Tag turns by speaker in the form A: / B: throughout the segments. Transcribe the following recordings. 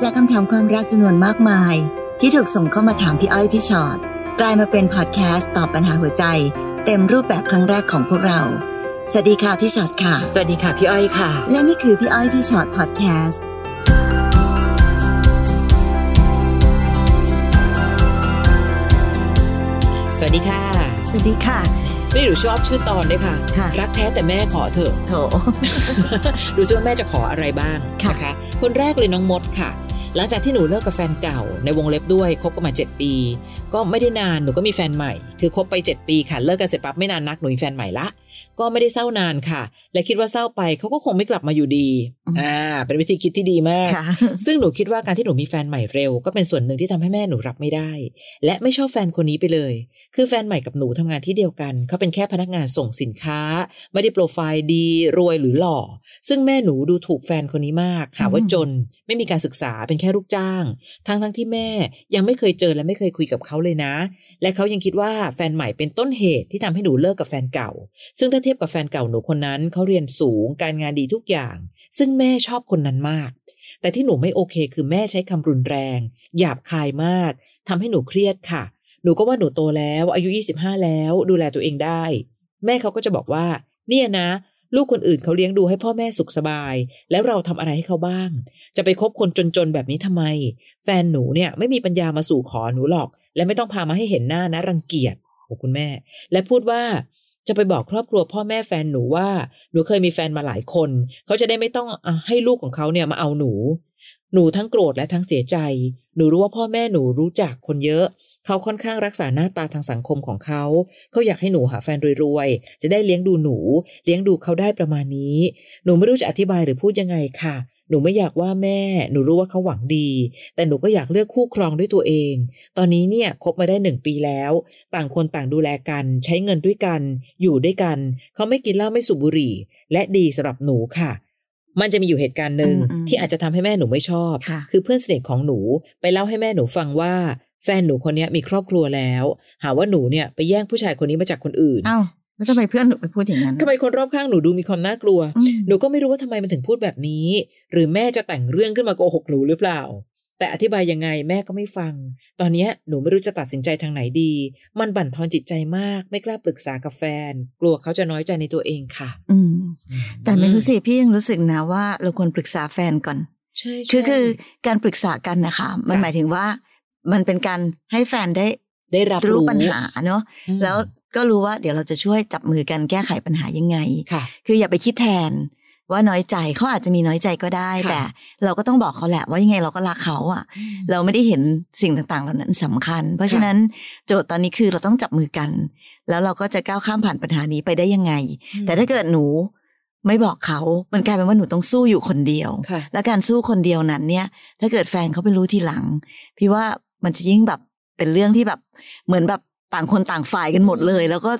A: จากคำถามความรักจำนวนมากมาย ที่ถูกส่งเข้ามาถามพี่อ้อยพี่ชอ็อตกลายมาเป็นพอดแคสต์ตอบปัญหาหัวใจ เต็มรูปแบบครั้งแรกของพวกเรา สวัสดีค่ะพี่ชอ็อตค่ะ
B: สวัสดีค่ะพี่อ้อยค่ะ
A: และนี่คือพี่อ้อยพี่ชอ็อตพอดแคสต์
B: สวัสดีค่ะ
A: สวัสดีค่ะ
B: นี่หนูชอบชื่อตอนด้วยค่ะ
A: ค่ะ
B: รักแท้แต่แม่ขอเถ อะ
A: โถ
B: ดูซิว่าแม่จะขออะไรบ้าง
A: ค่ะ
B: นะคะ คนแรกเลยน้องมดค่ะ หลังจากที่หนูเลิกกับแฟนเก่า ในวงเล็บด้วยคบกันมา 7 ปี ก็ไม่ได้นานหนูก็มีแฟนใหม่ คือคบไป 7 ปีค่ะเลิกกันเสร็จปั๊บไม่นานนักหนูมีแฟนใหม่ละ ก็ไม่ได้เศร้านานค่ะ และคิดว่าเศร้าไปเขาก็คงไม่กลับมาอยู่ดีอ่าเป็นวิธีคิดที่ดีมาก
A: ค่ะ
B: ซึ่งหนูคิดว่าการที่หนูมีแฟนใหม่เร็ว ก็เป็นส่วนหนึ่งที่ทำให้แม่หนูรับไม่ได้ และไม่ชอบแฟนคนนี้ไปเลย คือแฟนใหม่กับหนูทำงานที่เดียวกัน เขาเป็นแค่พนักงานส่งสินค้า ไม่ได้โปรไฟล์ดีรวยหรือหล่อ ซึ่งแม่หนูดูถูกแฟนคนนี้มากหาว่า
A: อืม
B: จน ไม่มีการศึกษาเป็นแค่ลูกจ้าง ทั้งทั้งที่แม่ยังไม่เคยเจอและไม่เคยคุยกับเขาเลยนะ และเขายังคิดว่าแฟนใหม่เป็นต้นเหตุที่ทำให้หนูเลิกกับแฟนเก่า ซึ่งถ้าเทียบกับแฟนเก่าหนูคนนั้นเขาเรียนสูงการงานดีทุกอย่าง ซึ่งแม่ชอบคนนั้นมาก แต่ที่หนูไม่โอเคคือแม่ใช้คำรุนแรง หยาบคายมากทำให้หนูเครียดค่ะ หนูก็ว่าหนูโตแล้วอายุ 25 แล้วดูแลตัวเองได้ แม่เขาก็จะบอกว่า เนี่ยนะ ลูกคนอื่นเขาเลี้ยงดูให้พ่อแม่สุขสบาย แล้วเราทำอะไรให้เขาบ้าง จะไปคบคนจนๆแบบนี้ทำไม แฟนหนูเนี่ยไม่มีปัญญามาสู่ขอหนูหรอก และไม่ต้องพามาให้เห็นหน้านะรังเกียจโอ้คุณแม่ และพูดว่าจะไปบอกครอบครัวพ่อแม่แฟนหนูว่า หนูเคยมีแฟนมาหลายคน เขาจะได้ไม่ต้องอ่ะให้ลูกของเขาเนี่ยมาเอาหนู หนูทั้งโกรธและทั้งเสียใจ หนูรู้ว่าพ่อแม่หนูรู้จักคนเยอะ เขาค่อนข้างรักษาหน้าตาทางสังคมของเขา เขาอยากให้หนูหาแฟนรวยๆ จะได้เลี้ยงดูหนู เลี้ยงดูเขาได้ประมาณนี้ หนูไม่รู้จะอธิบายหรือพูดยังไงค่ะ หนูไม่อยากว่าแม่ หนูรู้ว่าเขาหวังดี แต่หนูก็อยากเลือกคู่ครองด้วยตัวเอง ตอนนี้เนี่ยคบมาได้หนึ่งปีแล้ว ต่างคนต่างดูแลกัน ใช้เงินด้วยกัน อยู่ด้วยกัน เขาไม่กินเหล้าไม่สูบบุหรี่ และดีสำหรับหนูค่ะ มันจะมีอยู่เหตุการณ์หนึ่ง
A: อืมๆ
B: ที่อาจจะทำให้แม่หนูไม่ชอบ
A: ค่ะ
B: คือเพื่อนสนิทของหนูไปเล่าให้แม่หนูฟังว่า แฟนหนูคนเนี้ยมีครอบครัวแล้ว หาว่าหนูเนี่ยไปแย่งผู้ชายคนนี้มาจากคนอื่น
C: อ้าวแล้วทำไมเพื่อนหนูไปพูดอย่างนั้น
B: ทำไมคนรอบข้างหนูดูมีความน่ากลัว
C: อืม
B: หนูก็ไม่รู้ว่าทำไมมันถึงพูดแบบนี้ หรือแม่จะแต่งเรื่องขึ้นมาโกหกหนูหรือเปล่า แต่อธิบายยังไงแม่ก็ไม่ฟัง ตอนเนี้ยหนูไม่รู้จะตัดสินใจทางไหนดี มันบั่นทอนจิตใจมาก ไม่กล้าปรึกษากับแฟน กลัวเขาจะน้อยใจในตัวเองค่ะ
C: อืมแต่ไม่รู้สิพี่ยังรู้สึกนะว่าเราควรปรึกษาแฟนก่อน
B: ใช่
C: คือ
B: ใช่
C: คือการปรึกษากันนะคะ มัน
B: ค่ะ
C: หมายถึงว่า มันเป็นการให้แฟนได้
B: ได้รับ
C: รู้
B: รู้
C: ปัญหาเนอะ
B: อืม
C: แล้วก็รู้ว่าเดี๋ยวเราจะช่วยจับมือกันแก้ไขปัญหายังไง
B: ค่ะ
C: คืออย่าไปคิดแทนว่าน้อยใจเขาอาจจะมีน้อยใจก็ได้
B: ค่ะ
C: แต่เราก็ต้องบอกเขาแหละว่ายังไงเราก็รักเขาอ่ะ เราไม่ได้เห็นสิ่งต่างๆ เหล่านั้นสำคัญ เพราะฉะนั้นโจทย์ตอนนี้คือเราต้องจับมือกัน แล้วเราก็จะก้าวข้ามผ่านปัญหานี้ไปได้ยังไง แต่ถ้าเกิดหนูไม่บอกเขา มันกลายเป็นว่าหนูต้องสู้อยู่คนเดียว
B: ค่ะ
C: และการสู้คนเดียวนั้นเนี่ย ถ้าเกิดแฟนเขาไปรู้ทีหลัง พี่ว่ามันจะยิ่งแบบเป็นเรื่องที่แบบเหมือนแบบต่างคนต่างฝ่ายกันหมดเลย แล้วก็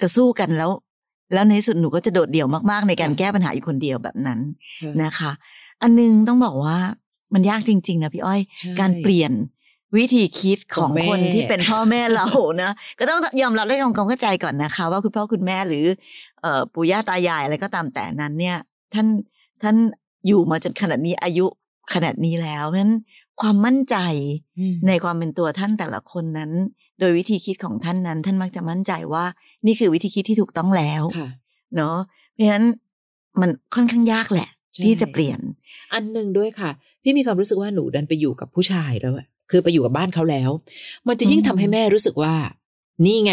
C: จะสู้กันแล้ว แล้วในที่สุดหนูก็จะโดดเดี่ยวมากๆ ในการแก้ปัญหาอยู่คนเดียวแบบนั้น
B: ค่ะ
C: นะคะ อันนึงต้องบอกว่ามันยากจริง ๆ นะพี่อ้อย
B: ใช่
C: การเปลี่ยนวิธีคิดของ
B: ของแม่
C: คนที่เป็นพ่อแม่เรานะ ก็ต้องยอมรับได้ทำความเข้าใจก่อนนะคะ ว่าคุณพ่อคุณแม่หรือเอ่อปู่ย่าตายายอะไรก็ตามแต่นั้นเนี่ย ท่านท่านอยู่มาจนขนาดนี้อายุขนาดนี้แล้วเพราะฉะนั้นความมั่นใจ
B: อืม
C: ในความเป็นตัวท่านแต่ละคนนั้น โดยวิธีคิดของท่านนั้น ท่านมักจะมั่นใจว่า นี่คือวิธีคิดที่ถูกต้องแล้ว
B: ค่ะ
C: เนาะเพราะฉะนั้นมันค่อนข้างยากแหละ
B: ใช่
C: ที่จะเปลี่ยน
B: อันหนึ่งด้วยค่ะ พี่มีความรู้สึกว่าหนูดันไปอยู่กับผู้ชายแล้วอะคือไปอยู่กับบ้านเขาแล้ว มันจะยิ่ง
C: อืม
B: ทำให้แม่รู้สึกว่า นี่ไง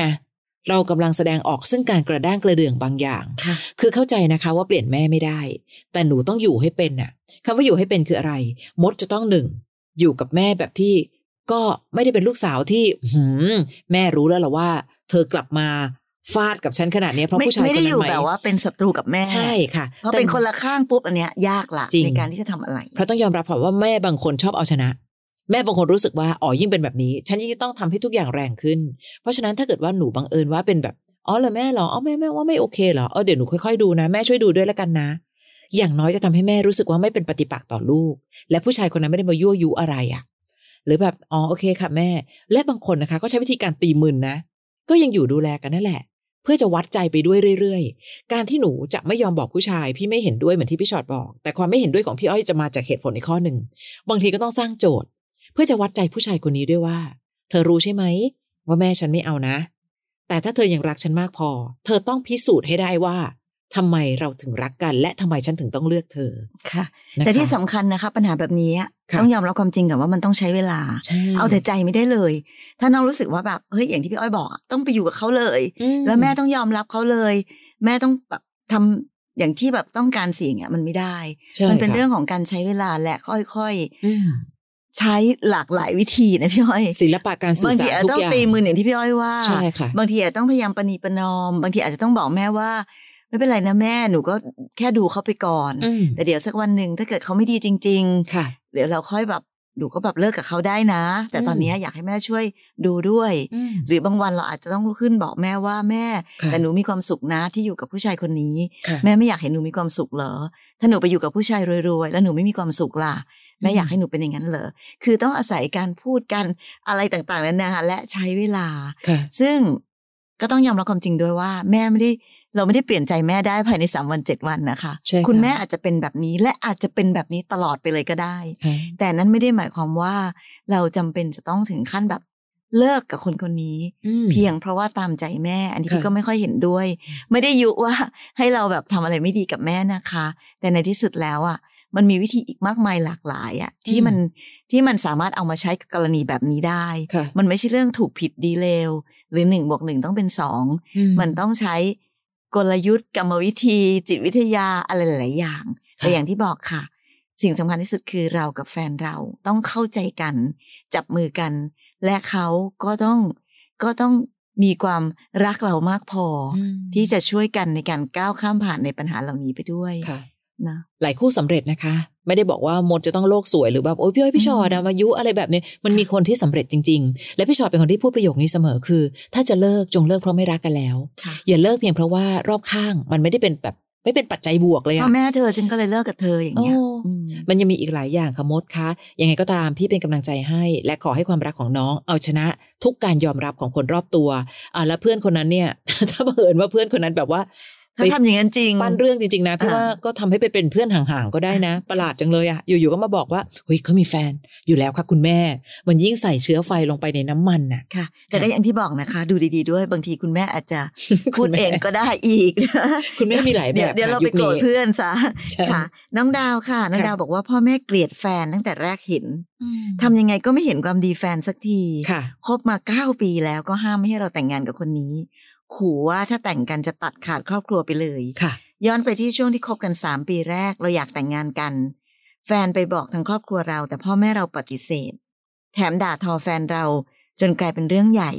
B: เรากำลังแสดงออกซึ่งการกระด้างกระเดื่องบางอย่าง
C: ค่ะ
B: คือเข้าใจนะคะว่าเปลี่ยนแม่ไม่ได้ แต่หนูต้องอยู่ให้เป็นน่ะคำว่าอยู่ให้เป็นคืออะไร มดจะต้องหนึ่ง อยู่กับแม่แบบที่ ก็ไม่ได้เป็นลูกสาวที่หืมแม่รู้แล้วล่ะว่า เธอกลับมาฟาดกับฉันขนาดเนี้ยเพราะ
C: ไม่
B: ผู้ชาย
C: ไม่
B: คน
C: ได้อ
B: นั้
C: น ยู่
B: ไหม
C: แบบว่าเป็นศัตรูกับแม่
B: ใช่ค่ะ
C: เพราะ
B: แต่
C: เป็นคนละข้างปุ๊บอันเนี้ยยากละ
B: จริง
C: ในการที่จะทำอะไร
B: เพราะต้องยอมรับค่ะว่าแม่บางคนชอบเอาชนะ แม่บางคนรู้สึกว่าอ๋อยิ่งเป็นแบบนี้ ฉันยิ่งต้องทำให้ทุกอย่างแรงขึ้น เพราะฉะนั้นถ้าเกิดว่าหนูบังเอิญว่าเป็นแบบอ๋อเหรอแม่เหรออ๋อแม่แม่ว่าไม่โอเคเหรอเออเดี๋ยวหนูค่อยๆดูนะ แม่ช่วยดูด้วยแล้วกันนะ อย่างน้อยจะทำให้แม่รู้สึกว่าไม่เป็นปฏิปักษ์ต่อลูก และผู้ชายคนนั้นไม่ได้มายั่วยุอะไรอะ่ะ หรือแบบอ๋อโอเคค่ะแม่ และบางคนนะคะ ก็ใช้วิธีการตีมึนนะ ก็ยังอยู่ดูแลกันนั่นแหละ เพื่อจะวัดใจไปด้วยเรื่อยๆ การที่หนูจะไม่ยอมบอกผู้ชาย พี่ไม่เห็นด้วยเหมือนที่พี่ชอดบอก แต่ความไม่เห็นด้วยของพี่อ้อยจะมาจากเหตุผลในข้อหนึ่งบางทีก็ต้องสร้างโจทย์ เพื่อจะวัดใจผู้ชายคนนี้ด้วยว่า เธอรู้ใช่ไหม ว่าแม่ฉันไม่เอานะ แต่ถ้าเธอยังรักฉันมากพอ เธอต้องพิสูจน์ให้ได้ว่าทำไมเราถึงรักกัน และทำไมฉันถึงต้องเลือกเธอ
C: ค่ะ
B: นะคะ
C: แต่ที่สำคัญนะคะ ปัญหาแบบนี้อะ
B: ค่ะ
C: ต้องยอมรับความจริงกับว่ามันต้องใช้เวลา
B: ใช่
C: เอาแต่ใจไม่ได้เลย ถ้าน้องรู้สึกว่าแบบเฮ้ยอย่างที่พี่อ้อยบอกอะต้องไปอยู่กับเขาเลย
B: อื
C: แล้วแม่ต้องยอมรับเขาเลย แม่ต้องแบบทำอย่างที่แบบต้องการเสียงอ่ะมันไม่ได้
B: ใช่
C: มันเป็น
B: ค่ะ
C: เรื่องของการใช้เวลาและค่อย
B: อืม
C: ๆ ใช้หลากหลายวิธีนะพี่อ้อย
B: ศิลปะการสื่
C: บา
B: อง สา
C: ที
B: ร
C: อาจ
B: ทุก
C: ต้อง
B: อย่าง
C: ตีมืออย่างที่พี่อ้อยว่า
B: ใช่ค่ะ
C: บางทีอาจต้องพยายามประนีประนอม บางทีอาจจะต้องบอกแม่ว่า ไม่เป็นไรนะแม่หนูก็แค่ดูเขาไปก่อน
B: อืม
C: แต่เดี๋ยวสักวันหนึ่งถ้าเกิดเขาไม่ดีจริง
B: ค่ะ
C: ๆ เดี๋ยวเราค่อยแบบหนูก็แบบเลิกกับเขาได้นะ แต่ตอน
B: อืม
C: เนี้ยอยากให้แม่ช่วยดูด้วย
B: อืม
C: หรือบางวันเราอาจจะต้องลุกขึ้นบอกแม่ว่าแม่
B: ค่ะ
C: แต่หนูมีความสุขนะที่อยู่กับผู้ชายคนนี้
B: ค่ะ
C: แม่ไม่อยากเห็นหนูมีความสุขเหรอ ถ้าหนูไปอยู่กับผู้ชายรวยๆ แล้วหนูไม่มีความสุขล่ะ แม่
B: อืม
C: อยากให้หนูเป็นอย่างนั้นเหรอ คือต้องอาศัยการพูดกันอะไรต่างๆนานาและใช้เวลา
B: ค่ะ
C: ซึ่งก็ต้องยอมรับความจริงด้วยว่า แม่ไม่ได้เราไม่ได้เปลี่ยนใจแม่ได้ภายในสามวันเจ็ดวันนะคะ
B: ใช่ค่ะ
C: คุณแม่อาจจะเป็นแบบนี้และอาจจะเป็นแบบนี้ตลอดไปเลยก็ได้
B: ค่ะ
C: แต่นั้นไม่ได้หมายความว่า เราจำเป็นจะต้องถึงขั้นแบบเลิกกับคนคนนี้
B: อืม
C: เพียงเพราะว่าตามใจแม่ อันนี้
B: ค่ะ
C: พี่ก็ไม่ค่อยเห็นด้วย ไม่ได้ยุว่าให้เราแบบทำอะไรไม่ดีกับแม่นะคะ แต่ในที่สุดแล้วอ่ะมันมีวิธีอีกมากมายหลากหลายอ่ะที่
B: อืม
C: มันที่มันสามารถเอามาใช้กับกรณีแบบนี้ได้
B: ค่ะ
C: มันไม่ใช่เรื่องถูกผิดดีเลวหรือหนึ่งบวกหนึ่งต้องเป็นสอง
B: อื
C: มันต้องใช้กลยุทธ์กรรมวิธี จิตวิทยาอะไรหลายๆอย่าง แต่อย่างที่บอกค่ะ สิ่งสำคัญที่สุดคือเรากับแฟนเราต้องเข้าใจกัน จับมือกัน และเขาก็ต้องก็ต้องมีความรักเรามากพออ
B: อืม
C: ที่จะช่วยกันในการก้าวข้ามผ่านในปัญหาเหล่านี้ไปด้วย
B: ค่ะ
C: นะ
B: หลายคู่สำเร็จนะคะ ไม่ได้บอกว่ามดจะต้องโลกสวยหรือแบบโอ้ยพี่อ้อยพี่ชอดอะมายุอะไรแบบเนี้ยมันมีคนที่สำเร็จจริง ๆ และพี่ชอดเป็นคนที่พูดประโยคนี้เสมอคือ ถ้าจะเลิกจงเลิกเพราะไม่รักกันแล้ว
C: ค่ะ
B: อย่าเลิกเพียงเพราะว่ารอบข้างมันไม่ได้เป็นแบบไม่เป็นปัจจัยบวกเลย
C: พ่
B: อะ
C: อแม่เธอฉันก็เลยเลิกกับเธออย่างเงี้ย
B: โอ้
C: อืม
B: มันยังมีอีกหลายอย่างค่ะมดคะยังไงก็ตามพี่เป็นกำลังใจให้ และขอให้ความรักของน้องเอาชนะทุกการยอมรับของคนรอบตัวอ่าแล้วเพื่อนคนนั้นเนี่ย ถ้าบังเอิญว่าเพื่อนคนนั้นแบบว่า
C: เขาทำอย่างนั้นจริง
B: ปั้นเรื่องจริงๆนะพี่ว่า
C: อ่า
B: ก็ทำให้ไปเป็นเพื่อนห่างๆก็ได้ นะ ประหลาดจังเลยอะอยู่ๆก็มาบอกว่าเฮ้ยเขามีแฟนอยู่แล้วค่ะคุณแม่ มันยิ่งใส่เชื้อไฟลงไปในน้ำมันน่ะ
C: ค่ะ แต่ก็อย่างที่บอกนะคะ ดูดีๆด้วยบางทีคุณแม่อาจจะ พู
B: คุ
C: ด
B: ณแม่
C: เองก็ได้อีกนะ
B: คุณแม่มีหลายแบ
C: เดี๋ยว
B: บ
C: เดี๋ยว
B: ค่ะ
C: เราไป
B: ค
C: โกรธ
B: นี้
C: เพื่อนซะ
B: ใช่
C: ค่ะ น้องดาวค่ะ น้องดาวบอกว่าพ่อแม่เกลียดแฟนตั้งแต่แรกเห็นทำยังไงก็ไม่เห็นความดีแฟนสักที
B: ค่ะ
C: คบมาเก้าปีแล้วก็ห้ามไม่ให้เราแต่งงานกับคนนี้ ขู่ว่าถ้าแต่งกันจะตัดขาดครอบครัวไปเลย
B: ค่ะ
C: ย้อนไปที่ช่วงที่คบกัน 3 ปีแรกเราอยากแต่งงานกัน แฟนไปบอกทางครอบครัวเรา แต่พ่อแม่เราปฏิเสธ แถมด่าทอแฟนเราจนกลายเป็นเรื่องใหญ่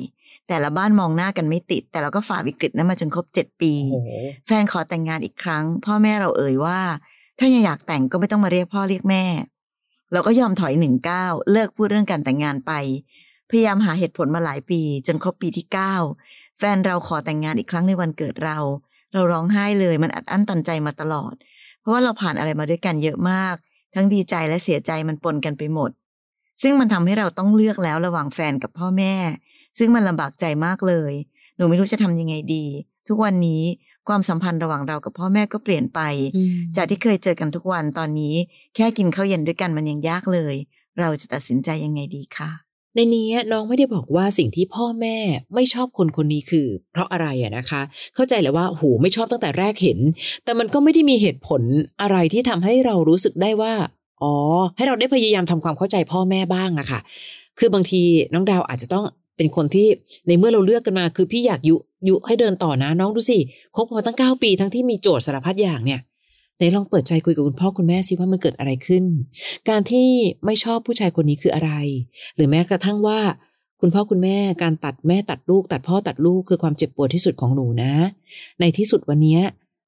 C: แต่ละบ้านมองหน้ากันไม่ติด แต่เราก็ฝ่าวิกฤตนั้นมาจนครบ 7 ปี
B: โอ้โห
C: แฟนขอแต่งงานอีกครั้ง พ่อแม่เราเอ่ยว่า ถ้ายังอยากแต่งก็ไม่ต้องมาเรียกพ่อเรียกแม่ เราก็ยอมถอยหนึ่งก้าวเลิกพูดเรื่องการแต่งงานไป พยายามหาเหตุผลมาหลายปี จนครบปีที่เก้าแฟนเราขอแต่งงานอีกครั้งในวันเกิดเรา เราร้องไห้เลยมันอัดอั้นตันใจมาตลอด เพราะว่าเราผ่านอะไรมาด้วยกันเยอะมาก ทั้งดีใจและเสียใจมันปนกันไปหมด ซึ่งมันทำให้เราต้องเลือกแล้วระหว่างแฟนกับพ่อแม่ ซึ่งมันลำบากใจมากเลย หนูไม่รู้จะทำยังไงดี ทุกวันนี้ความสัมพันธ์ระหว่างเรากับพ่อแม่ก็เปลี่ยนไป จากที่เคยเจอกันทุกวันตอนนี้ แค่กินข้าวเย็นด้วยกันมันยังยากเลย เราจะตัดสินใจยังไงดีคะ
B: ในนี้น้องไม่ได้บอกว่าสิ่งที่พ่อแม่ไม่ชอบคนคนนี้คือ เพราะอะไรอะนะคะ เข้าใจแหละว่าโหไม่ชอบตั้งแต่แรกเห็น แต่มันก็ไม่ได้มีเหตุผลอะไรที่ทำให้เรารู้สึกได้ว่า อ๋อ ให้เราได้พยายามทำความเข้าใจพ่อแม่บ้างอะค่ะ คือบางทีน้องดาวอาจจะต้องเป็นคนที่ในเมื่อเราเลือกกันมา คือพี่อยากยุยุให้เดินต่อนะน้องดูสิคบกันมาตั้ง 9 ปีทั้งที่มีโจทย์สารพัดอย่างเนี่ยไหนลองเปิดใจคุยกับคุณพ่อคุณแม่สิว่ามันเกิดอะไรขึ้น การที่ไม่ชอบผู้ชายคนนี้คืออะไร หรือแม้กระทั่งว่า คุณพ่อคุณแม่การตัดแม่ตัดลูก ตัดพ่อตัดลูกคือความเจ็บปวดที่สุดของหนูนะ ในที่สุดวันเนี้ย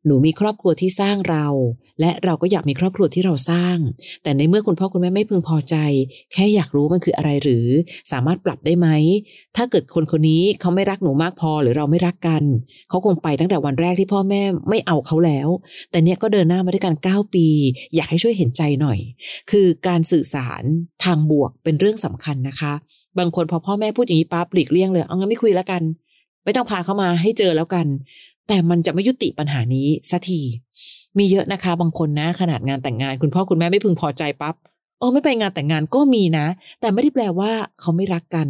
B: หนูมีครอบครัวที่สร้างเรา และเราก็อยากมีครอบครัวที่เราสร้าง แต่ในเมื่อคุณพ่อคุณแม่ไม่พึงพอใจ แค่อยากรู้มันคืออะไรหรือ สามารถปรับได้ไหม ถ้าเกิดคนคนนี้เขาไม่รักหนูมากพอหรือเราไม่รักกัน เขาคงไปตั้งแต่วันแรกที่พ่อแม่ไม่เอาเขาแล้ว แต่เนี้ยก็เดินหน้ามาด้วยกัน 9 ปี อยากให้ช่วยเห็นใจหน่อย คือการสื่อสารทางบวกเป็นเรื่องสำคัญนะคะ บางคนพอพ่อแม่พูดอย่างนี้ปั๊บหลีกเลี่ยงเลย เอางั้นไม่คุยแล้วกัน ไม่ต้องพาเขามาให้เจอแล้วกัน แต่มันจะไม่ยุติปัญหานี้สักทีมีเยอะนะคะ บางคนนะ ขนาดงานแต่งงาน คุณพ่อคุณแม่ไม่พึงพอใจปั๊บเออไม่ไปงานแต่งงานก็มีนะ แต่ไม่ได้แปลว่าเขาไม่รักกัน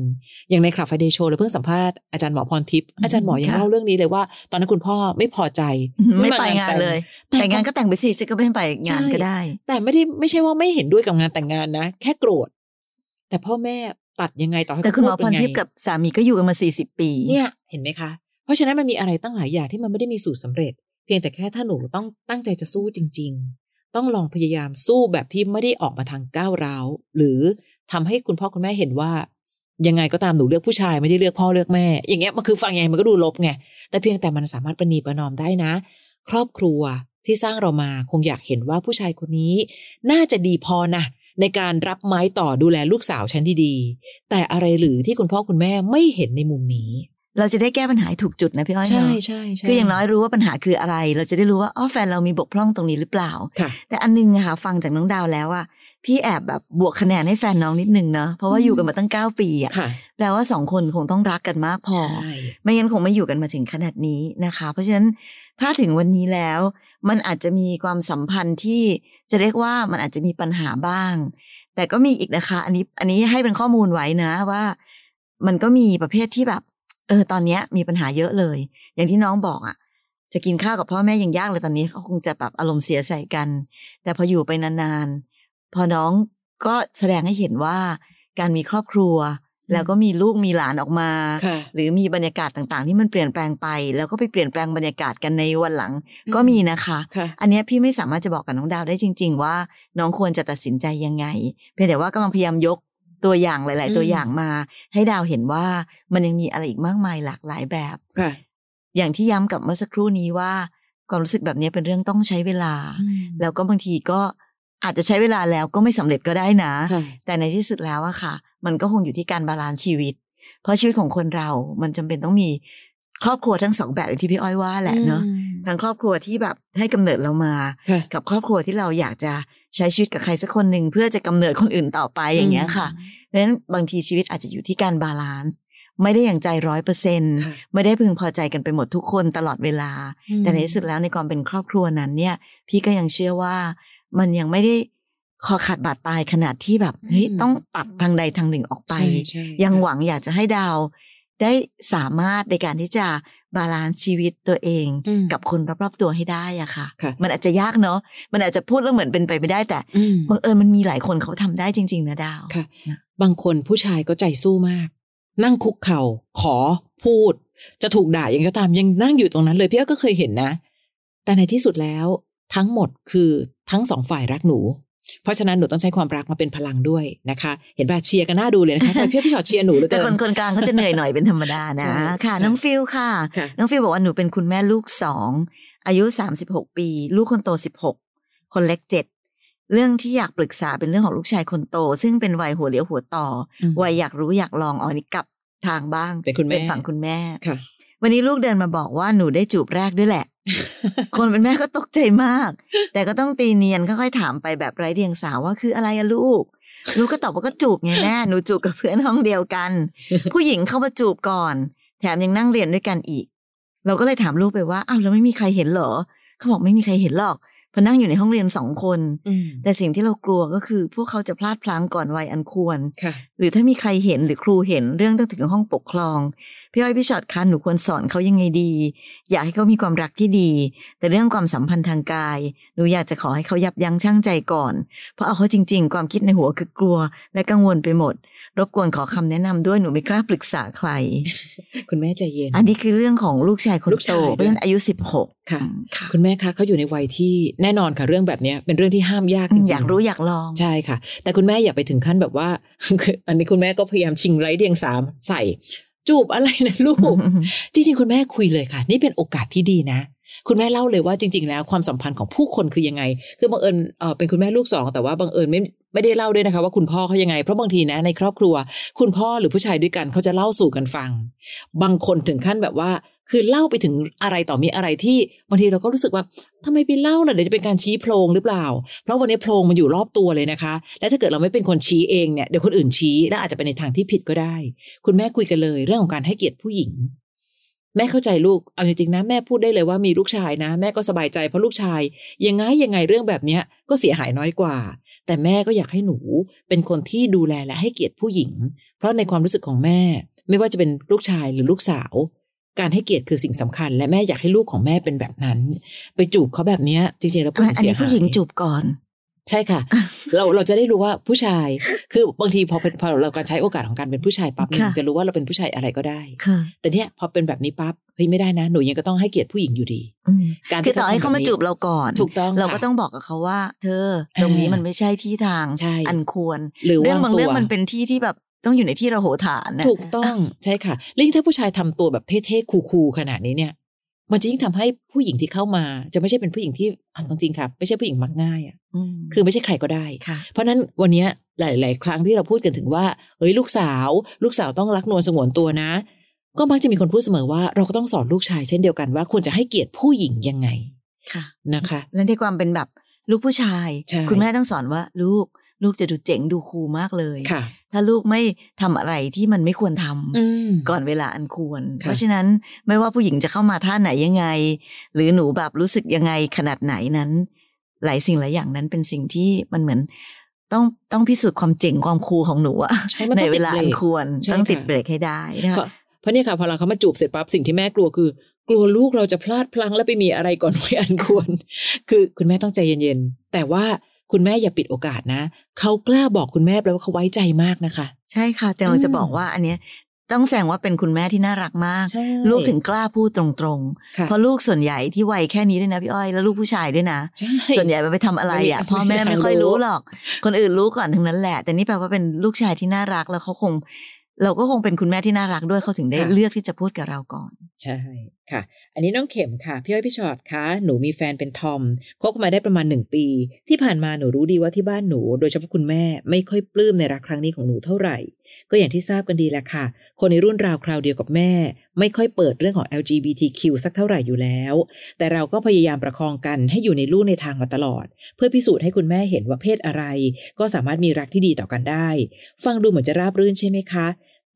B: อย่างในคลับไฟเดย์โชว์เราเพิ่งสัมภาษณ์อาจารย์หมอพรทิพย์อาจารย์หมอยัง
C: ค่ะ
B: เล่าเรื่องนี้เลยว่า ตอนนั้นคุณพ่อไม่พอใจ
C: ไม่ไปงานเลย
B: แต่
C: แต่งงานก็แต่งไปสิฉันก็ไม่ไปงาน
B: ใช่
C: ก็ได้
B: แต่ไม่ได้ไม่ใช่ว่าไม่เห็นด้วยกับงานแต่งงานนะ แค่โกรธ แต่พ่อแม่ตัดยังไงต่อให้
C: แต่คุณหมอพ
B: เขาพูด
C: ร
B: เป็นไง
C: ทิพย์กับสามีก็อยู่กันมาสี่สิบปี
B: เนี่ยเห็นไหมคะ เพราะฉะนั้นมันมีอะไรตั้งหลายอย่างที่มันไม่ได้มีสูตรสำเร็จ เพียงแต่แค่ถ้าหนูต้องตั้งใจจะสู้จริง ๆ ต้องลองพยายามสู้แบบที่ไม่ได้ออกมาทางก้าวร้าวหรือทำให้คุณพ่อคุณแม่เห็นว่า ยังไงก็ตามหนูเลือกผู้ชายไม่ได้เลือกพ่อเลือกแม่ อย่างเงี้ยมันคือฟังยังไงมันก็ดูลบไงแต่เพียงแต่มันสามารถประนีประนอมได้นะ ครอบครัวที่สร้างเรามาคงอยากเห็นว่าผู้ชายคนนี้ น่าจะดีพอนะในการรับไม้ต่อดูแลลูกสาวฉันดีๆแต่อะไรหรือที่คุณพ่อคุณแม่ไม่เห็นในมุมนี้
C: เราจะได้แก้ปัญหาให้ถูกจุดนะพี่อ้อยเน
B: ใช่
C: อะ
B: ใช่ใช่
C: คืออย่างน้อยรู้ว่าปัญหาคืออะไร เราจะได้รู้ว่าอ๋อแฟนเรามีบกพร่องตรงนี้หรือเปล่า
B: ค่ะ
C: แต่อันนึงอะค่ะฟังจากน้องดาวแล้วอะพี่แอบแบบบวกคะแนนให้แฟนน้องนิดนึงเนาะเพราะว่า
B: อืม
C: อยู่กันมาตั้งเก้าปีอะ
B: ค่ะ
C: แปลว่าสองคนคงต้องรักกันมากพอ
B: ใช่
C: ไม่งั้นคงไม่อยู่กันมาถึงขนาดนี้นะคะ เพราะฉะนั้นถ้าถึงวันนี้แล้ว มันอาจจะมีความสัมพันธ์ที่จะเรียกว่ามันอาจจะมีปัญหาบ้าง แต่ก็มีอีกนะคะ อันนี้อันนี้ให้เป็นข้อมูลไว้นะว่า มันก็มีประเภทที่แบบ เออตอนเนี้ยมีปัญหาเยอะเลย อย่างที่น้องบอกอะ่ะ จะกินข้าวกับพ่อแม่ยังยากเลยตอนนี้เขาคงจะแบบอารมณ์เสียใส่กัน แต่พออยู่ไปนานๆ พอน้องก็แสดงให้เห็นว่าการมีครอบครัว แล้วก็มีลูกมีหลานออกมา
B: ค่ะ
C: หรือมีบรรยากาศต่างๆ ที่มันเปลี่ยนแปลงไป แล้วก็ไปเปลี่ยนแปลงบรรยากาศกันในวันหลัง
B: อืม
C: ก็มีนะคะ
B: ค่ะ
C: อันเนี้ยพี่ไม่สามารถจะบอกกับน้องดาวได้จริง ๆ ว่า น้องควรจะตัดสินใจยังไง เพียงแต่ว่ากำลังพยายามยกตัวอย่างหลาย
B: อืม
C: ๆ ตัวอย่างมา ให้ดาวเห็นว่ามันยังมีอะไรอีกมากมายหลากหลายแบบ
B: ค่ะ
C: อย่างที่ย้ำกับเมื่อสักครู่นี้ว่าความรู้สึกแบบเนี้ยเป็นเรื่องต้องใช้เวลา แล้วก็บางทีก็อาจจะใช้เวลาแล้วก็ไม่สำเร็จก็ได้นะ
B: ค่ะ
C: แต่ในที่สุดแล้วอะค่ะ มันก็คงอยู่ที่การบาลานซ์ชีวิต เพราะชีวิตของคนเรา มันจำเป็นต้องมีครอบครัวทั้งสองแบบอย่างที่พี่อ้อยว่าแหละเนาะ ทั้งครอบครัวที่แบบให้กำเนิดเรามา
B: ค่ะ
C: กับครอบครัวที่เราอยากจะใช้ชีวิตกับใครสักคนหนึ่งเพื่อจะกำเนิดคนอื่นต่อไปอย่างเงี้ยค่ะ เพราะฉะนั้นบางทีชีวิตอาจจะอยู่ที่การบาลานซ์ ไม่ได้อย่างใจร้อยเปอร์เซ็นต์
B: ค่ะ
C: ไม่ได้พึงพอใจกันไปหมดทุกคนตลอดเวลา แต่ในที่สุดแล้วในความเป็นครอบครัวนั้นเนี่ย พี่ก็ยังเชื่อว่ามันยังไม่ได้คอขาดบาดตายขนาดที่แบบเฮ้ย
B: อืม
C: ต้องตัดทางใดทางหนึ่งออกไป
B: ใช่ใช่
C: ยังหวังอยากจะให้ดาว ได้สามารถในการที่จะบาลานซ์ชีวิตตัวเอง
B: อืม
C: กับคนรอบๆตัวให้ได้อะค่ะ
B: ค่ะ
C: มันอาจจะยากเนาะมันอาจจะพูดแล้วเหมือนเป็นไปไม่ได้แต่
B: อืม
C: บังเอิญมันมีหลายคนเขาทำได้จริง ๆ นะดาว
B: ค่ะ
C: นะ
B: บางคนผู้ชายก็ใจสู้มาก นั่งคุกเข่า ขอพูด จะถูกด่ายังไงก็ตามยังนั่งอยู่ตรงนั้นเลยพี่อ้อยก็เคยเห็นนะ แต่ในที่สุดแล้ว ทั้งหมดคือทั้งสองฝ่ายรักหนู เพราะฉะนั้นหนูต้องใช้ความรักมาเป็นพลังด้วยนะคะ เห็นป่ะเชียร์กันหน้าดูเลยนะคะทำไมพี่อ้อยพี่ชอตเชียร์หนูเหลย
C: แต่คนคนกลางเขาจะเหนื่อยหน่อยเป็นธรรมดา
B: ใช่
C: นะค่ะ น้องฟิลค่ะ
B: ค่ะ
C: น้องฟิลบอกว่าหนูเป็นคุณแม่ลูกสองอายุ 36 ปี ลูกคนโต 16 คนเล็กเจ็ดเรื่องที่อยากปรึกษาเป็นเรื่องของลูกชายคนโต ซึ่งเป็นวัยหัวเลี้ยวหัวต่ออวัยอยากรู้อยากลองอ๋อนี่กลับทางบ้าง
B: เป็นคุณแม่
C: ฝั่งคุณแม่
B: ค่ะ
C: วันนี้ลูกเดินมาบอกว่าหนูได้จูบแรกด้วยแหละ คนเป็นแม่ก็ตกใจมาก แต่ก็ต้องตีเนียนค่อยๆถามไปแบบไร้เดียงสาว่าคืออะไรอะลูก ลูกก็ตอบว่าก็จูบไงแม่ หนูจูบกับเพื่อนห้องเดียวกัน ผู้หญิงเข้ามาจูบก่อน แถมยังนั่งเรียนด้วยกันอีก เราก็เลยถามลูกไปว่าอ้าวแล้วไม่มีใครเห็นเหรอ เขาบอกไม่มีใครเห็นหรอกเพราะนั่งอยู่ในห้องเรียนสองคน
B: อืม
C: แต่สิ่งที่เรากลัวก็คือ พวกเขาจะพลาดพลั้งก่อนวัยอันควร
B: ค่ะ
C: หรือถ้ามีใครเห็นหรือครูเห็นเรื่องต้องถึงห้องปกครอง พี่อ้อยพี่ชอตคะหนูควรสอนเขายังไงดี อยากให้เขามีความรักที่ดี แต่เรื่องความสัมพันธ์ทางกาย หนูอยากจะขอให้เขายับยั้งชั่งใจก่อน เพราะเอาเขาจริง ๆ ความคิดในหัวคือกลัว และกังวลไปหมด รบกวนขอคำแนะนำด้วยหนูไม่กล้าปรึกษาใคร
B: คุณแม่ใจเย็น
C: อันนี้คือเรื่องของลูกชายคน
B: ลูก
C: โต
B: ชายด้วย
C: เพราะฉะนั้นอายุสิบหก
B: ค่ะ คุณแม่คะเขาอยู่ในวัยที่แน่นอนค่ะเรื่องแบบเนี้ยเป็นเรื่องที่ห้ามยากจริงๆ
C: อยากรู้อยากลอง
B: ใช่ค่ะ แต่คุณแม่อย่าไปถึงขั้นแบบว่า อันนี้คุณแม่ก็พยายามชิงไร้เดียงสามใส่ จูบอะไรนะลูก จริงๆ คุณแม่คุยเลยค่ะ นี่เป็นโอกาสที่ดีนะ คุณแม่เล่าเลยว่าจริง ๆ แล้วความสัมพันธ์ของผู้คนคือยังไง คือบังเอิญเอ่อเป็นคุณแม่ลูกสองแต่ว่าบังเอิญไม่ไม่ได้เล่าด้วยนะคะ ว่าคุณพ่อเขายังไง เพราะบางทีนะในครอบครัว คุณพ่อหรือผู้ชายด้วยกันเขาจะเล่าสู่กันฟัง บางคนถึงขั้นแบบว่า คือเล่าไปถึงอะไรต่อมีอะไรที่บางทีเราก็รู้สึกว่าทำไมไปเล่าล่ะเดี๋ยวจะเป็นการชี้โพรงหรือเปล่า เพราะวันนี้โพรงมันอยู่รอบตัวเลยนะคะ และถ้าเกิดเราไม่เป็นคนชี้เองเนี่ยเดี๋ยวคนอื่นชี้แล้วอาจจะไปในทางที่ผิดก็ได้ คุณแม่คุยกันเลย เรื่องของการให้เกียรติผู้หญิง แม่เข้าใจลูกเอาจริงๆนะแม่พูดได้เลยว่ามีลูกชายนะ แม่ก็สบายใจเพราะลูกชาย ยังไงยังไงเรื่องแบบเนี้ยก็เสียหายน้อยกว่า แต่แม่ก็อยากให้หนูเป็นคนที่ดูแลและให้เกียรติผู้หญิง เพราะในความรู้สึกของแม่ ไม่ว่าจะเป็นลูกชายหรือลูกสาว การให้เกียรติคือสิ่งสำคัญ และแม่อยากให้ลูกของแม่เป็นแบบนั้น ไปจูบเขาแบบเนี้ยจริงๆแล้วผู้หญิง
C: อัน
B: เสีย
C: นี้
B: หาย
C: ผู้หญิงจูบก่อน
B: ใช่ ค่ะ เราเราจะได้รู้ว่าผู้ชาย คือบางทีพอเป็นพอเราการใช้โอกาสของการเป็นผู้ชายปั๊บเนี่ย
C: ค่ะ
B: จะรู้ว่าเราเป็นผู้ชายอะไรก็ได้
C: ค่ะ
B: แต่เนี้ยพอเป็นแบบนี้ปั๊บเฮ้ยไม่ได้นะหนูยังก็ต้องให้เกียรติผู้หญิงอยู่ดี
C: อืม
B: การ
C: คือ
B: ที่
C: ต่อให้เขามาจูบเราก่อน
B: ถูกต้อง
C: เราก็
B: ค่ะ
C: ต้องบอกกับเขาว่า เธอตรงนี้มันไม่ใช่ที่ทาง
B: ใช่
C: อันควร
B: หรือ
C: เรื่อง
B: วาง
C: บาง
B: ตั
C: เรื่อง
B: ว
C: มันเป็นที่ที่แบบต้องอยู่ในที่ระโหฐานนะ
B: ถูกต้องใช่ค่ะแล้วยิ่งถ้าผู้ชายทำตัวแบบเท่ๆคูลๆขนาดนี้เนี่ย มันจะยิ่งทำให้ผู้หญิงที่เข้ามา จะไม่ใช่เป็นผู้หญิงที่อ่ะจริงๆค่ะไม่ใช่ผู้หญิงมักง่ายอ่ะ
C: ม
B: คือไม่ใช่ใครก็ได้
C: ค่ะ
B: เพราะฉะนั้นวันเนี้ยหลาย ๆ ครั้งที่เราพูดกันถึงว่าเฮ้ยลูกสาว ลูกสาวต้องรักนวลสงวนตัวนะ ก็มักจะมีคนพูดเสมอว่าเราก็ต้องสอนลูกชายเช่นเดียวกันว่าควรจะให้เกียรติผู้หญิงยังไง
C: ค่ะ
B: นะคะ
C: และในความเป็นแบบลูกผู้ชาย
B: ใช่
C: คุณแม่ต้องสอนว่าลูกลูกจะดูเจ๋งดูคูลมากเลย
B: ค่ะ
C: ถ้าลูกไม่ทำอะไรที่มันไม่ควรทำ
B: อืม
C: ก่อนเวลาอันควร
B: ค่ะ
C: เพราะฉะนั้นไม่ว่าผู้หญิงจะเข้ามาท่าไหนยังไง หรือหนูแบบรู้สึกยังไงขนาดไหนนั้น หลายสิ่งหลายอย่างนั้นเป็นสิ่งที่มันเหมือนต้องต้องพิสูจน์ความเจ๋งความคูลของหนูอะ
B: ใช่มัน
C: ใน
B: ต้อง
C: เว
B: ติด
C: ลา
B: เบร
C: อัน
B: ก
C: ควร
B: ใช่
C: ต้องติด
B: ค่ะ
C: เบรกให้ได้นะคะ
B: เพราะเพราะเนี่ยค่ะพอเราเขามาจูบเสร็จปั๊บสิ่งที่แม่กลัวคือ กลัวลูกเราจะพลาดพลั้งแล้วไปมีอะไรก่อนวัยอันควร คือคุณแม่ต้องใจเย็นๆแต่ว่าคุณแม่อย่าปิดโอกาสนะเขากล้าบอกคุณแม่แปลว่าเขาไว้ใจมากนะคะ
C: ใช่ค่ะจังเราจะ
B: อืม
C: บอกว่าอันเนี้ยต้องแสดงว่าเป็นคุณแม่ที่น่ารักมาก
B: ใช่
C: ลูกถึงกล้าพูดตรง
B: ค่ะ
C: ๆ เพราะลูกส่วนใหญ่ที่วัยแค่นี้ด้วยนะพี่อ้อยแล้วลูกผู้ชายด้วยนะ
B: ใช่
C: ส่วนใหญ่มันไปทำอะไรอ่ะ
B: ไม่มี
C: พ่อแม่
B: ไม่
C: ไม่
B: รู้
C: ค่อยรู้หรอก คนอื่นรู้ก่อนทั้งนั้นแหละ แต่นี่แปลว่าเป็นลูกชายที่น่ารักแล้วเขาคง เราก็คงเป็นคุณแม่ที่น่ารักด้วยเขาถึงได้เลือกที่จะพูดกับเราก่อน
B: ใช่ค่ะ อันนี้น้องเข็มค่ะ พี่อ้อยพี่ชอตคะหนูมีแฟนเป็นทอมคบกันมาได้ประมาณหนึ่งปี ที่ผ่านมาหนูรู้ดีว่าที่บ้านหนู โดยเฉพาะคุณแม่ไม่ค่อยปลื้มในรักครั้งนี้ของหนูเท่าไหร่ ก็อย่างที่ทราบกันดีแหละค่ะ คนในรุ่นราวคราวเดียวกับแม่ ไม่ค่อยเปิดเรื่องของ LGBTQ สักเท่าไหร่อยู่แล้ว แต่เราก็พยายามประคองกันให้อยู่ในลู่ในทางมาตลอด เพื่อพิสูจน์ให้คุณแม่เห็นว่าเพศอะไร ก็สามารถมีรักที่ดีต่อกันได้ ฟังดูเหมือนจะราบรื่นใช่ไหมคะ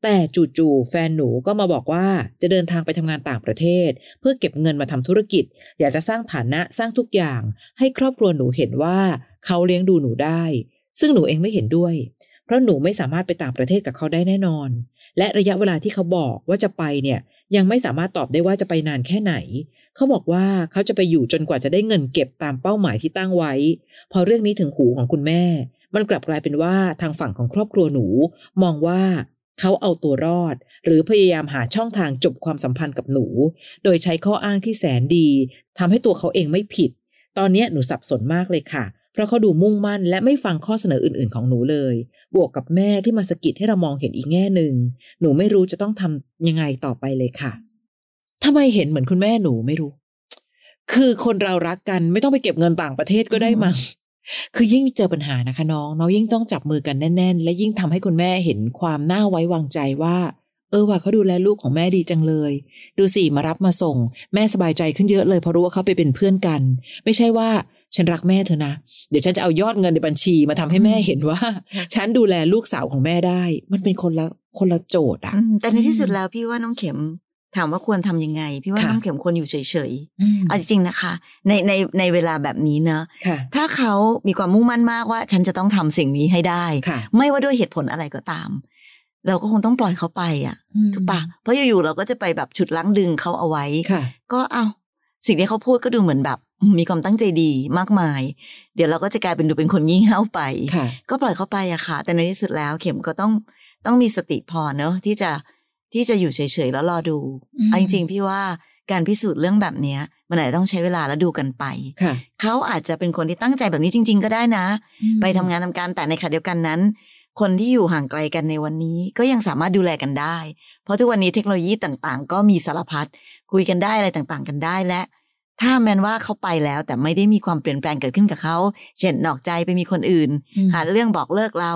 B: แต่จู่ๆแฟนหนูก็มาบอกว่าจะเดินทางไปทำงานต่างประเทศ เพื่อเก็บเงินมาทำธุรกิจ อยากจะสร้างฐานะสร้างทุกอย่าง ให้ครอบครัวหนูเห็นว่าเขาเลี้ยงดูหนูได้ ซึ่งหนูเองไม่เห็นด้วย เพราะหนูไม่สามารถไปต่างประเทศกับเขาได้แน่นอน และระยะเวลาที่เขาบอกว่าจะไปเนี่ยยังไม่สามารถตอบได้ว่าจะไปนานแค่ไหน เขาบอกว่าเขาจะไปอยู่จนกว่าจะได้เงินเก็บตามเป้าหมายที่ตั้งไว้ พอเรื่องนี้ถึงหูของคุณแม่ มันกลับกลายเป็นว่าทางฝั่งของครอบครัวหนู มองว่าเขาเอาตัวรอด หรือพยายามหาช่องทางจบความสัมพันธ์กับหนู โดยใช้ข้ออ้างที่แสนดีทำให้ตัวเขาเองไม่ผิด ตอนเนี้ยหนูสับสนมากเลยค่ะ เพราะเขาดูมุ่งมั่นและไม่ฟังข้อเสนออื่น ๆ ของหนูเลย บวกกับแม่ที่มาสะกิดให้เรามองเห็นอีกแง่หนึ่ง หนูไม่รู้จะต้องทำยังไงต่อไปเลยค่ะทำไมเห็นเหมือนคุณแม่หนูไม่รู้ คือคนเรารักกันไม่ต้องไปเก็บเงินต่างประเทศก็ได้มั้ง คือยิ่งเจอปัญหานะคะน้องน้องยิ่งต้องจับมือกันแน่น ๆ และยิ่งทำให้คุณแม่เห็นความน่าไว้วางใจว่า เออว่าเขาดูแลลูกของแม่ดีจังเลย ดูสิมารับมาส่ง แม่สบายใจขึ้นเยอะเลยเพราะรู้ว่าเขาไปเป็นเพื่อนกัน ไม่ใช่ว่าฉันรักแม่เธอนะ เดี๋ยวฉันจะเอายอดเงินในบัญชีมาทำให้แม่เห็นว่า ฉันดูแลลูกสาวของแม่ได้ มันเป็นคนละคนละโจทย์อ่ะ
C: อืมแต่ในที่สุดแล้วพี่ว่าน้องเข็มถามว่าควรทำยังไง พี่ว่า
B: ค่ะ
C: น้องเข็มควรอยู่เฉย
B: อืม
C: ๆเอาจริงๆนะคะ ในในในเวลาแบบนี้เนอะ
B: ค่ะ
C: ถ้าเขามีความมุ่งมั่นมากว่า ฉันจะต้องทำสิ่งนี้ให้ได้
B: ค่ะ
C: ไม่ว่าด้วยเหตุผลอะไรก็ตาม เราก็คงต้องปล่อยเขาไปอ่ะถูกปะเพราะอยู่ๆเราก็จะไปแบบฉุดลั้งดึงเขาเอาไว้
B: ค่ะ
C: ก็เอาสิ่งที่เขาพูดก็ดูเหมือนแบบ มีความตั้งใจดีมากมาย เดี๋ยวเราก็จะกลายเป็นดูเป็นคนงี่เง่าไป
B: ค่ะ
C: ก็ปล่อยเขาไปอะค่ะ แต่ในที่สุดแล้วเข็มก็ต้องต้องมีสติพอเนอะที่จะที่จะอยู่เฉยๆแล้วรอดู
B: อืม
C: เอาจริงๆพี่ว่าการพิสูจน์เรื่องแบบเนี้ย มันอาจจะต้องใช้เวลาแล้วดูกันไป
B: ค่ะ
C: เขาอาจจะเป็นคนที่ตั้งใจแบบนี้จริง ๆ ก็ได้นะ ไปทำงานทำการแต่ในขณะเดียวกันนั้น คนที่อยู่ห่างไกลกันในวันนี้ก็ยังสามารถดูแลกันได้ เพราะทุกวันนี้เทคโนโลยีต่างๆ ก็มีสารพัดคุยกันได้อะไรต่างๆ กันได้และ ถ้าแม้นว่าเขาไปแล้วแต่ไม่ได้มีความเปลี่ยนแปลงเกิดขึ้นกับเขาเช่นนอกใจไปมีคนอื่น
B: อืม
C: หาเรื่องบอกเลิกเรา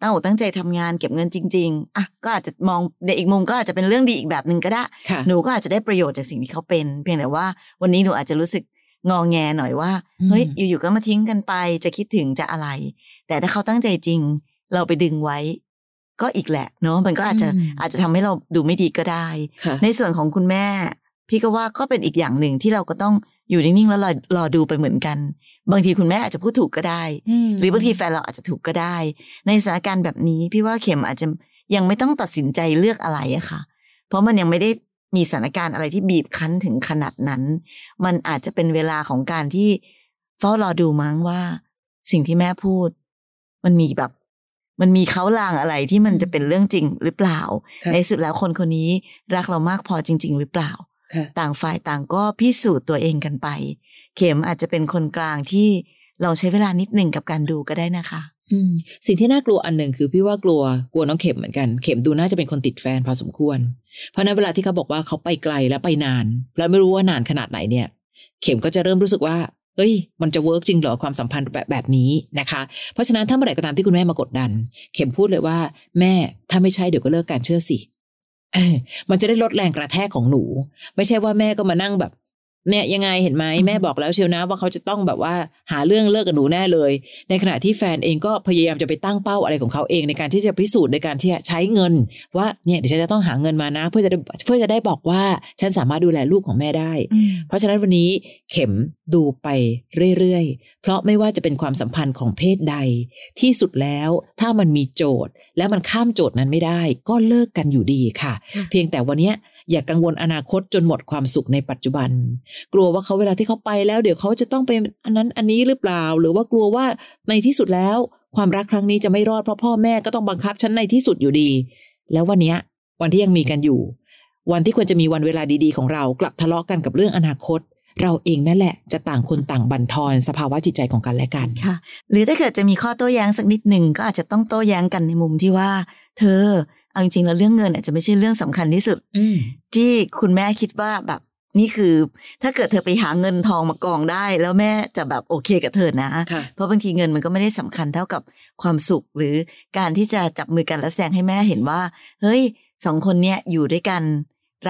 C: ตั้งอกตั้งใจทำงานเก็บเงินจริง ๆอ่ะก็อาจจะมองในอีกมุมก็อาจจะเป็นเรื่องดีอีกแบบหนึ่งก็ได้
B: ค่ะ
C: หนูก็อาจจะได้ประโยชน์จากสิ่งที่เขาเป็น เพียงแต่ว่าวันนี้หนูอาจจะรู้สึกงองแงหน่อยว่า
B: อืม
C: เฮ้ยอยู่ๆก็มาทิ้งกันไป จะคิดถึงจะอะไร แต่ถ้าเขาตั้งใจจริง เราไปดึงไว้ ก็อีกแหละเนาะมันก็อาจจะอาจจะทำให้เราดูไม่ดีก็ได้
B: ค่ะ
C: ในส่วนของคุณแม่ พี่ก็ว่าก็เป็นอีกอย่างหนึ่งที่เราก็ต้องอยู่นิ่งๆแล้วรอรอดูไปเหมือนกัน บางทีคุณแม่อาจจะพูดถูกก็ได้ หรือบางทีแฟนเราอาจจะถูกก็ได้ ในสถานการณ์แบบนี้ พี่ว่าเข็มอาจจะยังไม่ต้องตัดสินใจเลือกอะไรอะค่ะ เพราะมันยังไม่ได้มีสถานการณ์อะไรที่บีบคั้นถึงขนาดนั้น มันอาจจะเป็นเวลาของการที่เฝ้ารอดูมั้งว่า สิ่งที่แม่พูด มันมีแบบ มันมีเขาลางอะไรที่มันจะเป็นเรื่องจริงหรือเปล่า
B: ครับ
C: ในที่สุดแล้วคนคนนี้รักเรามากพอจริง ๆ หรือเปล่า
B: ค่ะ
C: ต่างฝ่ายต่างก็พิสูจน์ตัวเองกันไป เข็มอาจจะเป็นคนกลางที่เราใช้เวลานิดหนึ่งกับการดูก็ได้นะคะ
B: อืมสิ่งที่น่ากลัวอันหนึ่งคือพี่ว่ากลัวกลัวน้องเข็มเหมือนกัน เข็มดูน่าจะเป็นคนติดแฟนพอสมควร เพราะฉะนั้นเวลาที่เขาบอกว่าเขาไปไกลและไปนาน แล้วไม่รู้ว่านานขนาดไหนเนี่ย เข็มก็จะเริ่มรู้สึกว่าเอ้ย มันจะเวิร์กจริงเหรอความสัมพันธ์แบบแบบนี้นะคะ เพราะฉะนั้นถ้าเมื่อไหร่ก็ตามที่คุณแม่มากดดัน เข็มพูดเลยว่า แม่ถ้าไม่ใช่เดี๋ยวก็เลิกการเชื่อสิ เออมันจะได้ลดแรงกระแทกของหนู ไม่ใช่ว่าแม่ก็มานั่งแบบ เนี่ยยังไงเห็นไหมแม่บอกแล้วเชียวนะว่าเขาจะต้องแบบว่าหาเรื่องเลิกกับหนูแน่เลย ในขณะที่แฟนเองก็พยายามจะไปตั้งเป้าอะไรของเขาเองในการที่จะพิสูจน์ในการที่จะใช้เงิน ว่าเนี่ยเดี๋ยวฉันจะต้องหาเงินมานะ เพื่อจะได้เพื่อจะได้บอกว่าฉันสามารถดูแลลูกของแม่ได้ เพราะฉะนั้นวันนี้เข็มดูไปเรื่อยๆ เพราะไม่ว่าจะเป็นความสัมพันธ์ของเพศใด ที่สุดแล้วถ้ามันมีโจทย์ และมันข้ามโจทย์นั้นไม่ได้ ก็เลิกกันอยู่ดีค่ะ
C: ค่ะ
B: เพียงแต่วันเนี้ยอย่ากกังวลอนาคตจนหมดความสุขในปัจจุบัน กลัวว่าเขาเวลาที่เขาไปแล้ว เดี๋ยวเขาจะต้องไปอันนั้นอันนี้หรือเปล่า หรือว่ากลัวว่าในที่สุดแล้ว ความรักครั้งนี้จะไม่รอดเพราะพ่อแม่ก็ต้องบังคับฉันในที่สุดอยู่ดี แล้ววันเนี้ยวันที่ยังมีกันอยู่ วันที่ควรจะมีวันเวลาดีๆของเรากลับทะเลาะกันกับเรื่องอนาคต เราเองนั่นแหละจะต่างคนต่างบั่นทอนสภาวะจิตใจของกันและกัน
C: ค่ะ หรือถ้าเกิดจะมีข้อโต้แย้งสักนิดหนึ่งก็อาจจะต้องโต้แย้งกันในมุมที่ว่า เธอเอาจริงๆแล้วเรื่องเงินอาจจะไม่ใช่เรื่องสำคัญที่สุด
B: อืม
C: ที่คุณแม่คิดว่าแบบนี่คือ ถ้าเกิดเธอไปหาเงินทองมากองได้ แล้วแม่จะแบบโอเคกับเธอนะ
B: ค่ะ
C: เพราะบางทีเงินมันก็ไม่ได้สำคัญเท่ากับความสุข หรือการที่จะจับมือกันและแสดงให้แม่เห็นว่า เฮ้ยสองคนเนี้ยอยู่ด้วยกัน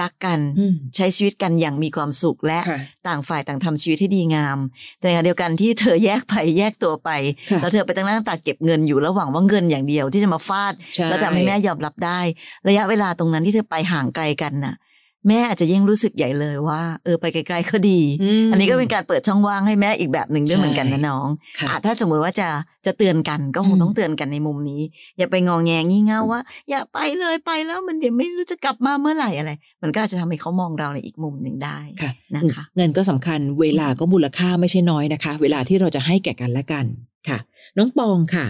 C: รักกัน
B: อืม
C: ใช้ชีวิตกันอย่างมีความสุขและ
B: ค่ะ
C: ต่างฝ่ายต่างทำชีวิตให้ดีงาม แต่ในขณะเดียวกันที่เธอแยกไปแยกตัวไป
B: ค่ะ
C: แล้วเธอไปตั้งหน้าตาเก็บเงินอยู่แล้วหวังว่าเงินอย่างเดียวที่จะมาฟาด
B: ใช่
C: แล้วทำให้แม่ยอมรับได้ ระยะเวลาตรงนั้นที่เธอไปห่างไกลกันน่ะ แม่อาจจะยิ่งรู้สึกใหญ่เลยว่า เออไปไกลๆก็ดี
B: ม
C: อันนี้ก็เป็นการเปิดช่องว่างให้แม่อีกแบบหนึ่งด้วย
B: ใช่
C: เหมือนกันนะน้อง
B: ค่ะ
C: อ่ะถ้าสมมุติว่าจะจะเตือนกันก็คง
B: อืม
C: ต้องเตือนกันในมุมนี้ อย่าไปงองแงงี่เง่าว่า อย่าไปเลยไปแล้วมันเดี๋ยวไม่รู้จะกลับมาเมื่อไหร่อะไร มันก็อาจจะทำให้เขามองเราในอีกมุมหนึ่งได้
B: ค่ะ
C: นะคะ
B: เงินก็สำคัญเวลาก็มูลค่าไม่ใช่น้อยนะคะ เวลาที่เราจะให้แก่กันและกันค่ะ น้องปองค่ะ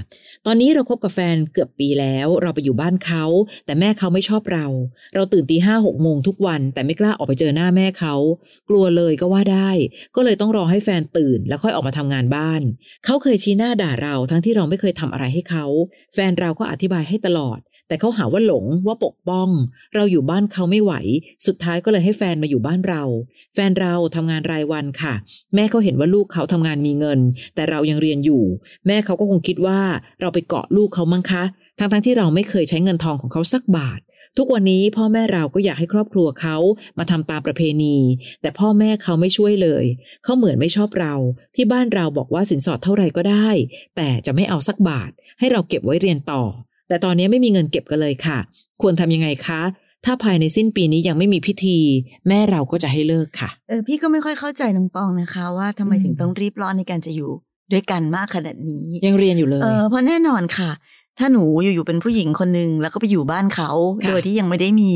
B: ตอนนี้เราคบกับแฟนเกือบปีแล้ว เราไปอยู่บ้านเขา แต่แม่เขาไม่ชอบเรา เราตื่นตีห้าหกโมงทุกวัน แต่ไม่กล้าออกไปเจอหน้าแม่เขา กลัวเลยก็ว่าได้ ก็เลยต้องรอให้แฟนตื่น แล้วค่อยออกมาทำงานบ้าน เขาเคยชี้หน้าด่าเราทั้งที่เราไม่เคยทำอะไรให้เขา แฟนเราก็อธิบายให้ตลอด แต่เขาหาว่าหลงว่าปกป้อง เราอยู่บ้านเขาไม่ไหว สุดท้ายก็เลยให้แฟนมาอยู่บ้านเรา แฟนเราทำงานรายวันค่ะ แม่เขาเห็นว่าลูกเขาทำงานมีเงิน แต่เรายังเรียนอยู่ แม่เขาก็คงคิดว่าเราไปเกาะลูกเขามั้งคะทั้งๆที่เราไม่เคยใช้เงินทองของเขาสักบาท ทุกวันนี้พ่อแม่เราก็อยากให้ครอบครัวเขามาทำตามประเพณี แต่พ่อแม่เขาไม่ช่วยเลยเขาเหมือนไม่ชอบเรา ที่บ้านเราบอกว่าสินสอดเท่าไหร่ก็ได้ แต่จะไม่เอาสักบาท ให้เราเก็บไว้เรียนต่อ แต่ตอนนี้ไม่มีเงินเก็บกันเลยค่ะ ควรทำยังไงคะ ถ้าภายในสิ้นปีนี้ยังไม่มีพิธี แม่เราก็จะให้เลิกค่ะ
C: เออพี่ก็ไม่ค่อยเข้าใจน้องปองนะคะ ว่าทำไม
B: อืม
C: ถึงต้องรีบร้อนในการจะอยู่ด้วยกันมากขนาดนี้
B: ยังเรียนอยู่เลย
C: เออเพราะแน่นอนค่ะ ถ้าหนูอยู่ๆเป็นผู้หญิงคนหนึ่งแล้วก็ไปอยู่บ้านเขา
B: ค่ะ
C: โดยที่ยังไม่ได้มี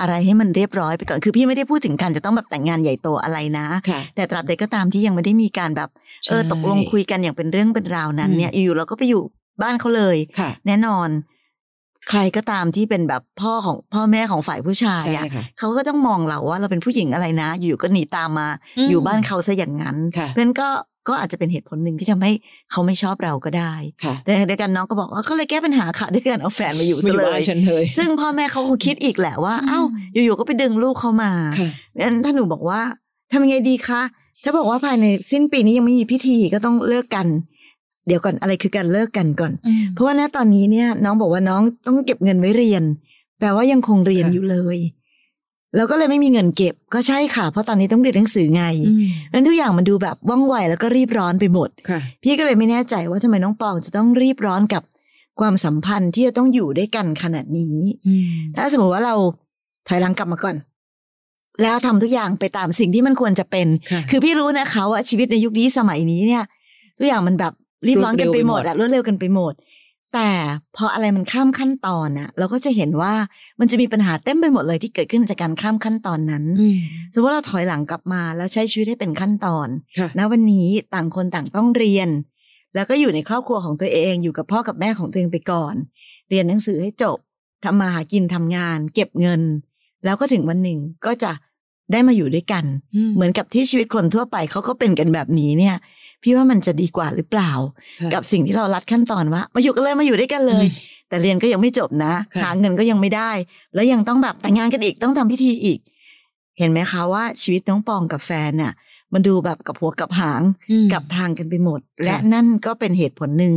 C: อะไรให้มันเรียบร้อยไปก่อนคือพี่ไม่ได้พูดถึงการจะต้องแบบแต่งงานใหญ่โตอะไรนะ
B: ะ
C: แต่ตราบใดก็ตามที่ยังไม่ได้มีการแบบเออ
B: ใช่
C: ตกลงคุยกันอย่างเป็นเรื่องเป็นราวนั้นเนี่ยอยู่ๆเราก็ไปอยู่บ้านเขาเลย
B: ค่ะ
C: แน่นอน ใครก็ตามที่เป็นแบบพ่อของพ่อแม่ของฝ่ายผู้ชาย
B: ใช่
C: อะ
B: ค่ะ
C: เขาก็ต้องมองเราว่าเราเป็นผู้หญิงอะไรนะ อยู่ๆก็หนีตามมา
B: อืม
C: อยู่บ้านเขาซะอย่างนั้นเพ
B: ค่ะ
C: ราะฉะนั้นก็ก็อาจจะเป็นเหตุผลหนึ่งที่ทำให้เขาไม่ชอบเราก็ได้
B: ค่ะ
C: แต่เดียวกันน้องก็บอกว่าก็เลยแก้ปัญหาค่ะด้วยการเอาแฟนมาอยู่
B: ไม่
C: ซะ
B: อยู่
C: เล
B: บ้าย นฉันเลย
C: ซึ่งพ่อแม่เขาคงคิดอีกแหละว่า
B: อืม
C: เอ้าอยู่ๆก็ไปดึงลูกเขามา
B: ค่ะ
C: งั้นถ้าหนูบอกว่าทำยังไงดีคะ ถ้าบอกว่าภายในสิ้นปีนี้ยังไม่มีพิธีก็ต้องเลิกกัน เดี๋ยวก่อนอะไรคือการเลิกกันก่อน เพราะว่าณตอนนี้เนี่ย น้องบอกว่าน้องต้องเก็บเงินไว้เรียน แปลว่ายังคงเรียน
B: ค่ะ
C: อยู่เลย แล้วก็เลยไม่มีเงินเก็บก็ใช่ค่ะ เพราะตอนนี้ต้องเรียนหนังสือไง
B: อืม
C: งั้นทุกอย่างมันดูแบบว่องไวแล้วก็รีบร้อนไปหมด
B: ค่ะ
C: พี่ก็เลยไม่แน่ใจว่าทำไมน้องปองจะต้องรีบร้อนกับความสัมพันธ์ที่จะต้องอยู่ด้วยกันขนาดนี้ ถ้าสมมติว่าเราถอยหลังกลับมาก่อน แล้วทำทุกอย่างไปตามสิ่งที่มันควรจะเป็น
B: ค่ะ
C: คือพี่รู้นะคะว่าชีวิตในยุคนี้สมัยนี้เนี่ยทุกอย่างมันแบบรีบร้อนกันไปหมดอะรวดเร็วกันไปหมด แต่พออะไรมันข้ามขั้นตอนอะเราก็จะเห็นว่ามันจะมีปัญหาเต็มไปหมดเลยที่เกิดขึ้นจากการข้ามขั้นตอนนั้น สมมติว่าเราถอยหลังกลับมาแล้วใช้ชีวิตให้เป็นขั้นตอน
B: ค่ะ
C: ณวันนี้ต่างคนต่างต้องเรียน แล้วก็อยู่ในครอบครัวของตัวเองอยู่กับพ่อกับแม่ของตัวเองไปก่อน เรียนหนังสือให้จบทำมาหากินทำงาน เก็บเงิน แล้วก็ถึงวันหนึ่งก็จะได้มาอยู่ด้วยกัน เหมือนกับที่ชีวิตคนทั่วไปเขาก็เป็นกันแบบนี้เนี่ย พี่ว่ามันจะดีกว่าหรือเปล่า
B: ค่ะ
C: กับสิ่งที่เราลัดขั้นตอนว่ามาอยู่กันเลยมาอยู่ด้วยกันเลย
B: อืม
C: แต่เรียนก็ยังไม่จบนะ
B: ค่ะ
C: หาเงินก็ยังไม่ได้ แล้วยังต้องแบบแต่งงานกันอีกต้องทำพิธีอีก เห็นไหมคะว่าชีวิตน้องปองกับแฟนน่ะ มันดูแบบกับหัวกับหาง
B: อืม
C: กับทางกันไปหมด
B: ค่ะ
C: และนั่นก็เป็นเหตุผลหนึ่ง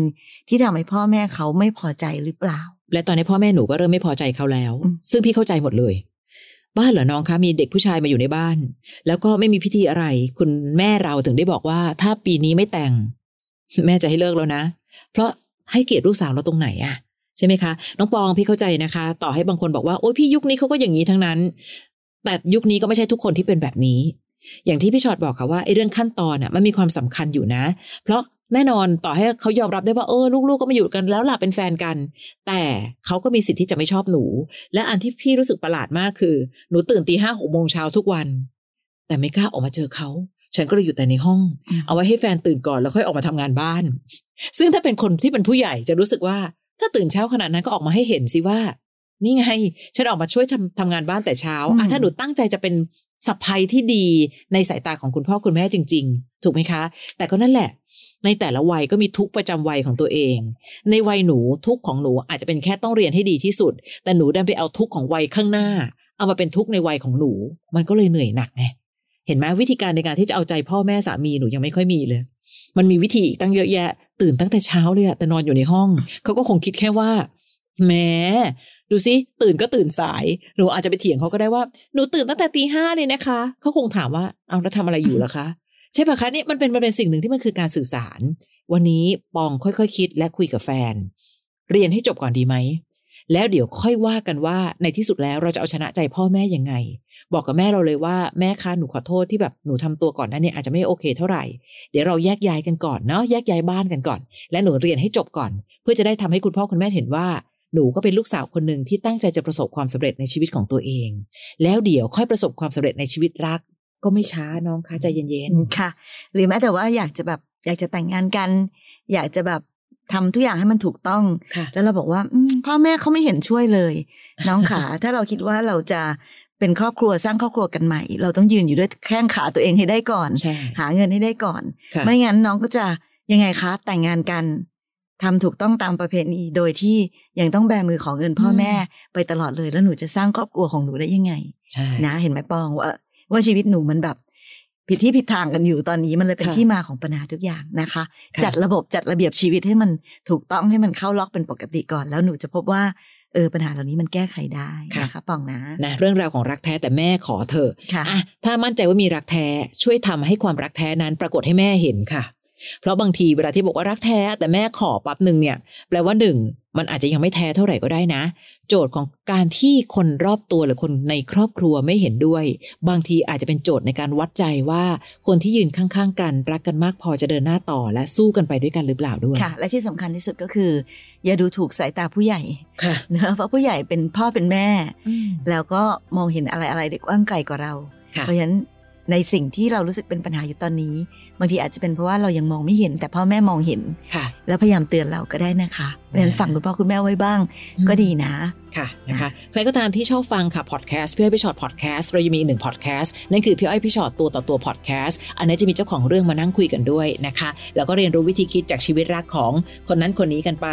C: ที่ทำให้พ่อแม่เขาไม่พอใจหรือเปล่า
B: และตอนนี้พ่อแม่หนูก็เริ่มไม่พอใจเขาแล้ว
C: อืม
B: ซึ่งพี่เข้าใจหมดเลย บ้านเหรอน้องคะมีเด็กผู้ชายมาอยู่ในบ้าน แล้วก็ไม่มีพิธีอะไร คุณแม่เราถึงได้บอกว่า ถ้าปีนี้ไม่แต่ง แม่จะให้เลิกแล้วนะ เพราะให้เกียรติลูกสาวเราตรงไหนอะใช่ไหมคะ น้องปองพี่เข้าใจนะคะ ต่อให้บางคนบอกว่าโอ๊ยพี่ยุคนี้เขาก็อย่างนี้ทั้งนั้น แต่ยุคนี้ก็ไม่ใช่ทุกคนที่เป็นแบบนี้ อย่างที่พี่ชอดบอกค่ะว่าไอ้เรื่องขั้นตอนอ่ะมันมีความสำคัญอยู่นะ เพราะแน่นอนต่อให้เขายอมรับได้ว่าเออลูกๆก็มาอยู่กันแล้วล่ะเป็นแฟนกัน แต่เขาก็มีสิทธิ์ที่จะไม่ชอบหนู และอันที่พี่รู้สึกประหลาดมากคือ หนูตื่นตีห้าหกโมงเช้าทุกวัน แต่ไม่กล้าออกมาเจอเขา ฉันก็เลยอยู่แต่ในห้อง
C: อืม
B: เอาไว้ให้แฟนตื่นก่อนแล้วค่อยออกมาทำงานบ้าน ซึ่งถ้าเป็นคนที่เป็นผู้ใหญ่จะรู้สึกว่า ถ้าตื่นเช้าขนาดนั้นก็ออกมาให้เห็นสิว่า นี่ไง ฉันออกมาช่วยทำทำงานบ้านแต่เช้า
C: อืม
B: อ่ะถ้าหนูตั้งใจจะเป็นสัพพายที่ดีในสายตาของคุณพ่อคุณแม่จริง ๆ ถูกไหมคะ แต่ก็นั่นแหละ ในแต่ละวัยก็มีทุกข์ประจำวัยของตัวเอง ในวัยหนูทุกข์ของหนูอาจจะเป็นแค่ต้องเรียนให้ดีที่สุด แต่หนูดันไปเอาทุกข์ของวัยข้างหน้า เอามาเป็นทุกข์ในวัยของหนู มันก็เลยเหนื่อยหนักไงเห็นไหมวิธีการในการที่จะเอาใจพ่อแม่สามีหนูยังไม่ค่อยมีเลย มันมีวิธีอีกตั้งเยอะแยะ ตื่นตั้งแต่เช้าเลยอะแต่นอนอยู่ในห้อง เขาก็คงคิดแค่ว่าแหมดูสิตื่นก็ตื่นสายหนูอาจจะไปเถียงเขาก็ได้ว่าหนูตื่นตั้งแต่ตีห้าเลยนะคะเขาคงถามว่าเอาแล้วทำอะไรอยู่ล่ะคะ ใช่ปะคะนี่มันเป็นมันเป็นสิ่งหนึ่งที่มันคือการสื่อสาร วันนี้ปองค่อยๆคคิดและคุยกับแฟน เรียนให้จบก่อนดีไหม แล้วเดี๋ยวค่อยว่ากันว่าในที่สุดแล้วเราจะเอาชนะใจพ่อแม่ยังไง บอกกับแม่เราเลยว่าแม่คะหนูขอโทษที่แบบหนูทำตัวก่อนหนั้นเนี่ยอาจจะไม่โอเคเท่าไหร่ เดี๋ยวเราแยกย้ายกันก่อนเนาะแยกย้ายบ้านกันก่อน และหนูเรียนให้จบก่อน เพื่อจะได้ทำให้คุณพ่อคุณแม่เห็นว่า หนูก็เป็นลูกสาวคนหนึ่งที่ตั้งใจจะประสบความสำเร็จในชีวิตของตัวเอง แล้วเดี๋ยวค่อยประสบความสำเร็จในชีวิตรัก ก็ไม่ช้าน้องคะใจเย็นๆ
C: ค่ะ หรือแม้แต่ว่าอยากจะแบบอยากจะแต่งงานกัน อยากจะแบบทำทุกอย่างให้มันถูกต้อง
B: ค่ะ
C: แล้วเราบอกว่าอืมพ่อแม่เขาไม่เห็นช่วยเลย น้องขา ถ้าเราคิดว่าเราจะเป็นครอบครัวสร้างครอบครัวกันใหม่ เราต้องยืนอยู่ด้วยแข้งขาตัวเองให้ได้ก่อน
B: ใช่
C: หาเงินให้ได้ก่อน
B: ค่ะ
C: ไม่งั้นน้องก็จะยังไงคะแต่งงานกันทำถูกต้องตามประเพณีโดยที่ยังต้องแบมือของเงินพ่อแม่ ไปตลอดเลยแล้วหนูจะสร้างครอบครัวของหนูได้ยังไง
B: ใช่
C: นะเห็นไหมปองว่าว่าชีวิตหนูมันแบบ ผิดที่ผิดทางกันอยู่ตอนนี้มันเลยเป็น
B: ค่ะ
C: ที่มาของปัญหาทุกอย่างนะคะ
B: ค่ะ
C: จัดระบบจัดระเบียบชีวิตให้มันถูกต้องให้มันเข้าล็อกเป็นปกติก่อน แล้วหนูจะพบว่าเออปัญหาเหล่านี้มันแก้ไขได้นะคะปองนะ
B: นะเรื่องราวของรักแท้แต่แม่ขอเถอะ
C: ค่ะ
B: อ่ะถ้ามั่นใจว่ามีรักแท้ช่วยทำให้ความรักแท้นั้นปรากฏให้แม่เห็นค่ะ เพราะบางทีเวลาที่บอกว่ารักแท้แต่แม่ขอปั๊บหนึ่งเนี่ยแปลว่าหนึ่งมันอาจจะยังไม่แท้เท่าไหร่ก็ได้นะ โจทย์ของการที่คนรอบตัวหรือคนในครอบครัวไม่เห็นด้วย บางทีอาจจะเป็นโจทย์ในการวัดใจว่าคนที่ยืนข้างๆ กันรักกันมากพอจะเดินหน้าต่อและสู้กันไปด้วยกันหรือเปล่าด้วย
C: ค่ะ และที่สำคัญที่สุดก็คือ อย่าดูถูกสายตาผู้ใหญ่
B: ค่ะ
C: นะ เพราะผู้ใหญ่เป็นพ่อเป็นแม่ แล้วก็มองเห็นอะไรอะไรเด็กว่างไกลกว่าเรา
B: ค่ะ
C: เพราะฉะนั้นในสิ่งที่เรารู้สึกเป็นปัญหาอยู่ตอนนี้ บางทีอาจจะเป็นเพราะว่าเรายังมองไม่เห็น แต่พ่อแม่มองเห็น
B: ค่ะ
C: แล้วพยายามเตือนเราก็ได้นะคะเพราะฉะนั้น
B: อ่า
C: ฟังคุณพ่อคุณแม่ไว้บ้าง ก็ดีนะ
B: ค่ะนะคะใครก็ตามที่ชอบฟังค่ะพอดแคสต์พี่อ้อยพี่ชอตพอดแคสต์เรายังมีอีกหนึ่งพอดแคสต์นั่นคือพี่อ้อยพี่ชอตตัวต่อตัวพอดแคสต์อันนี้จะมีเจ้าของเรื่องมานั่งคุยกันด้วยนะคะ แล้วก็เรียนรู้วิธีคิดจากชีวิตรักของคนนั้นคนนี้กันไป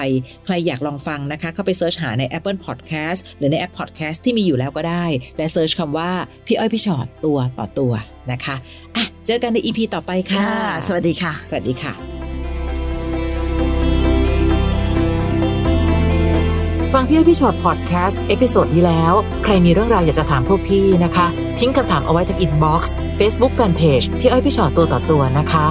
B: ใครอยากลองฟังนะคะ เข้าไปเสิร์ชหาใน Apple Podcast หรือในแอป Podcast ที่มีอยู่แล้วก็ได้ และเสิร์ชคำว่าพี่อ้อยพี่ชอตตัวต่อตัวนะคะอ่ะเจอกันใน EP ต่อไปค่ะ
C: สวัสดีค่ะ
B: สวัสดีค่ะ ฟังพี่อ้อยพี่ชอตพอดแคสต์เอพิโซดที่แล้ว ใครมีเรื่องราวอยากจะถามพวกพี่นะคะ ทิ้งคำถามเอาไว้ทางอินบ็อกซ์เฟซบุ๊กแฟนเพจพี่อ้อยพี่ชอตตัวต่อตัวนะคะ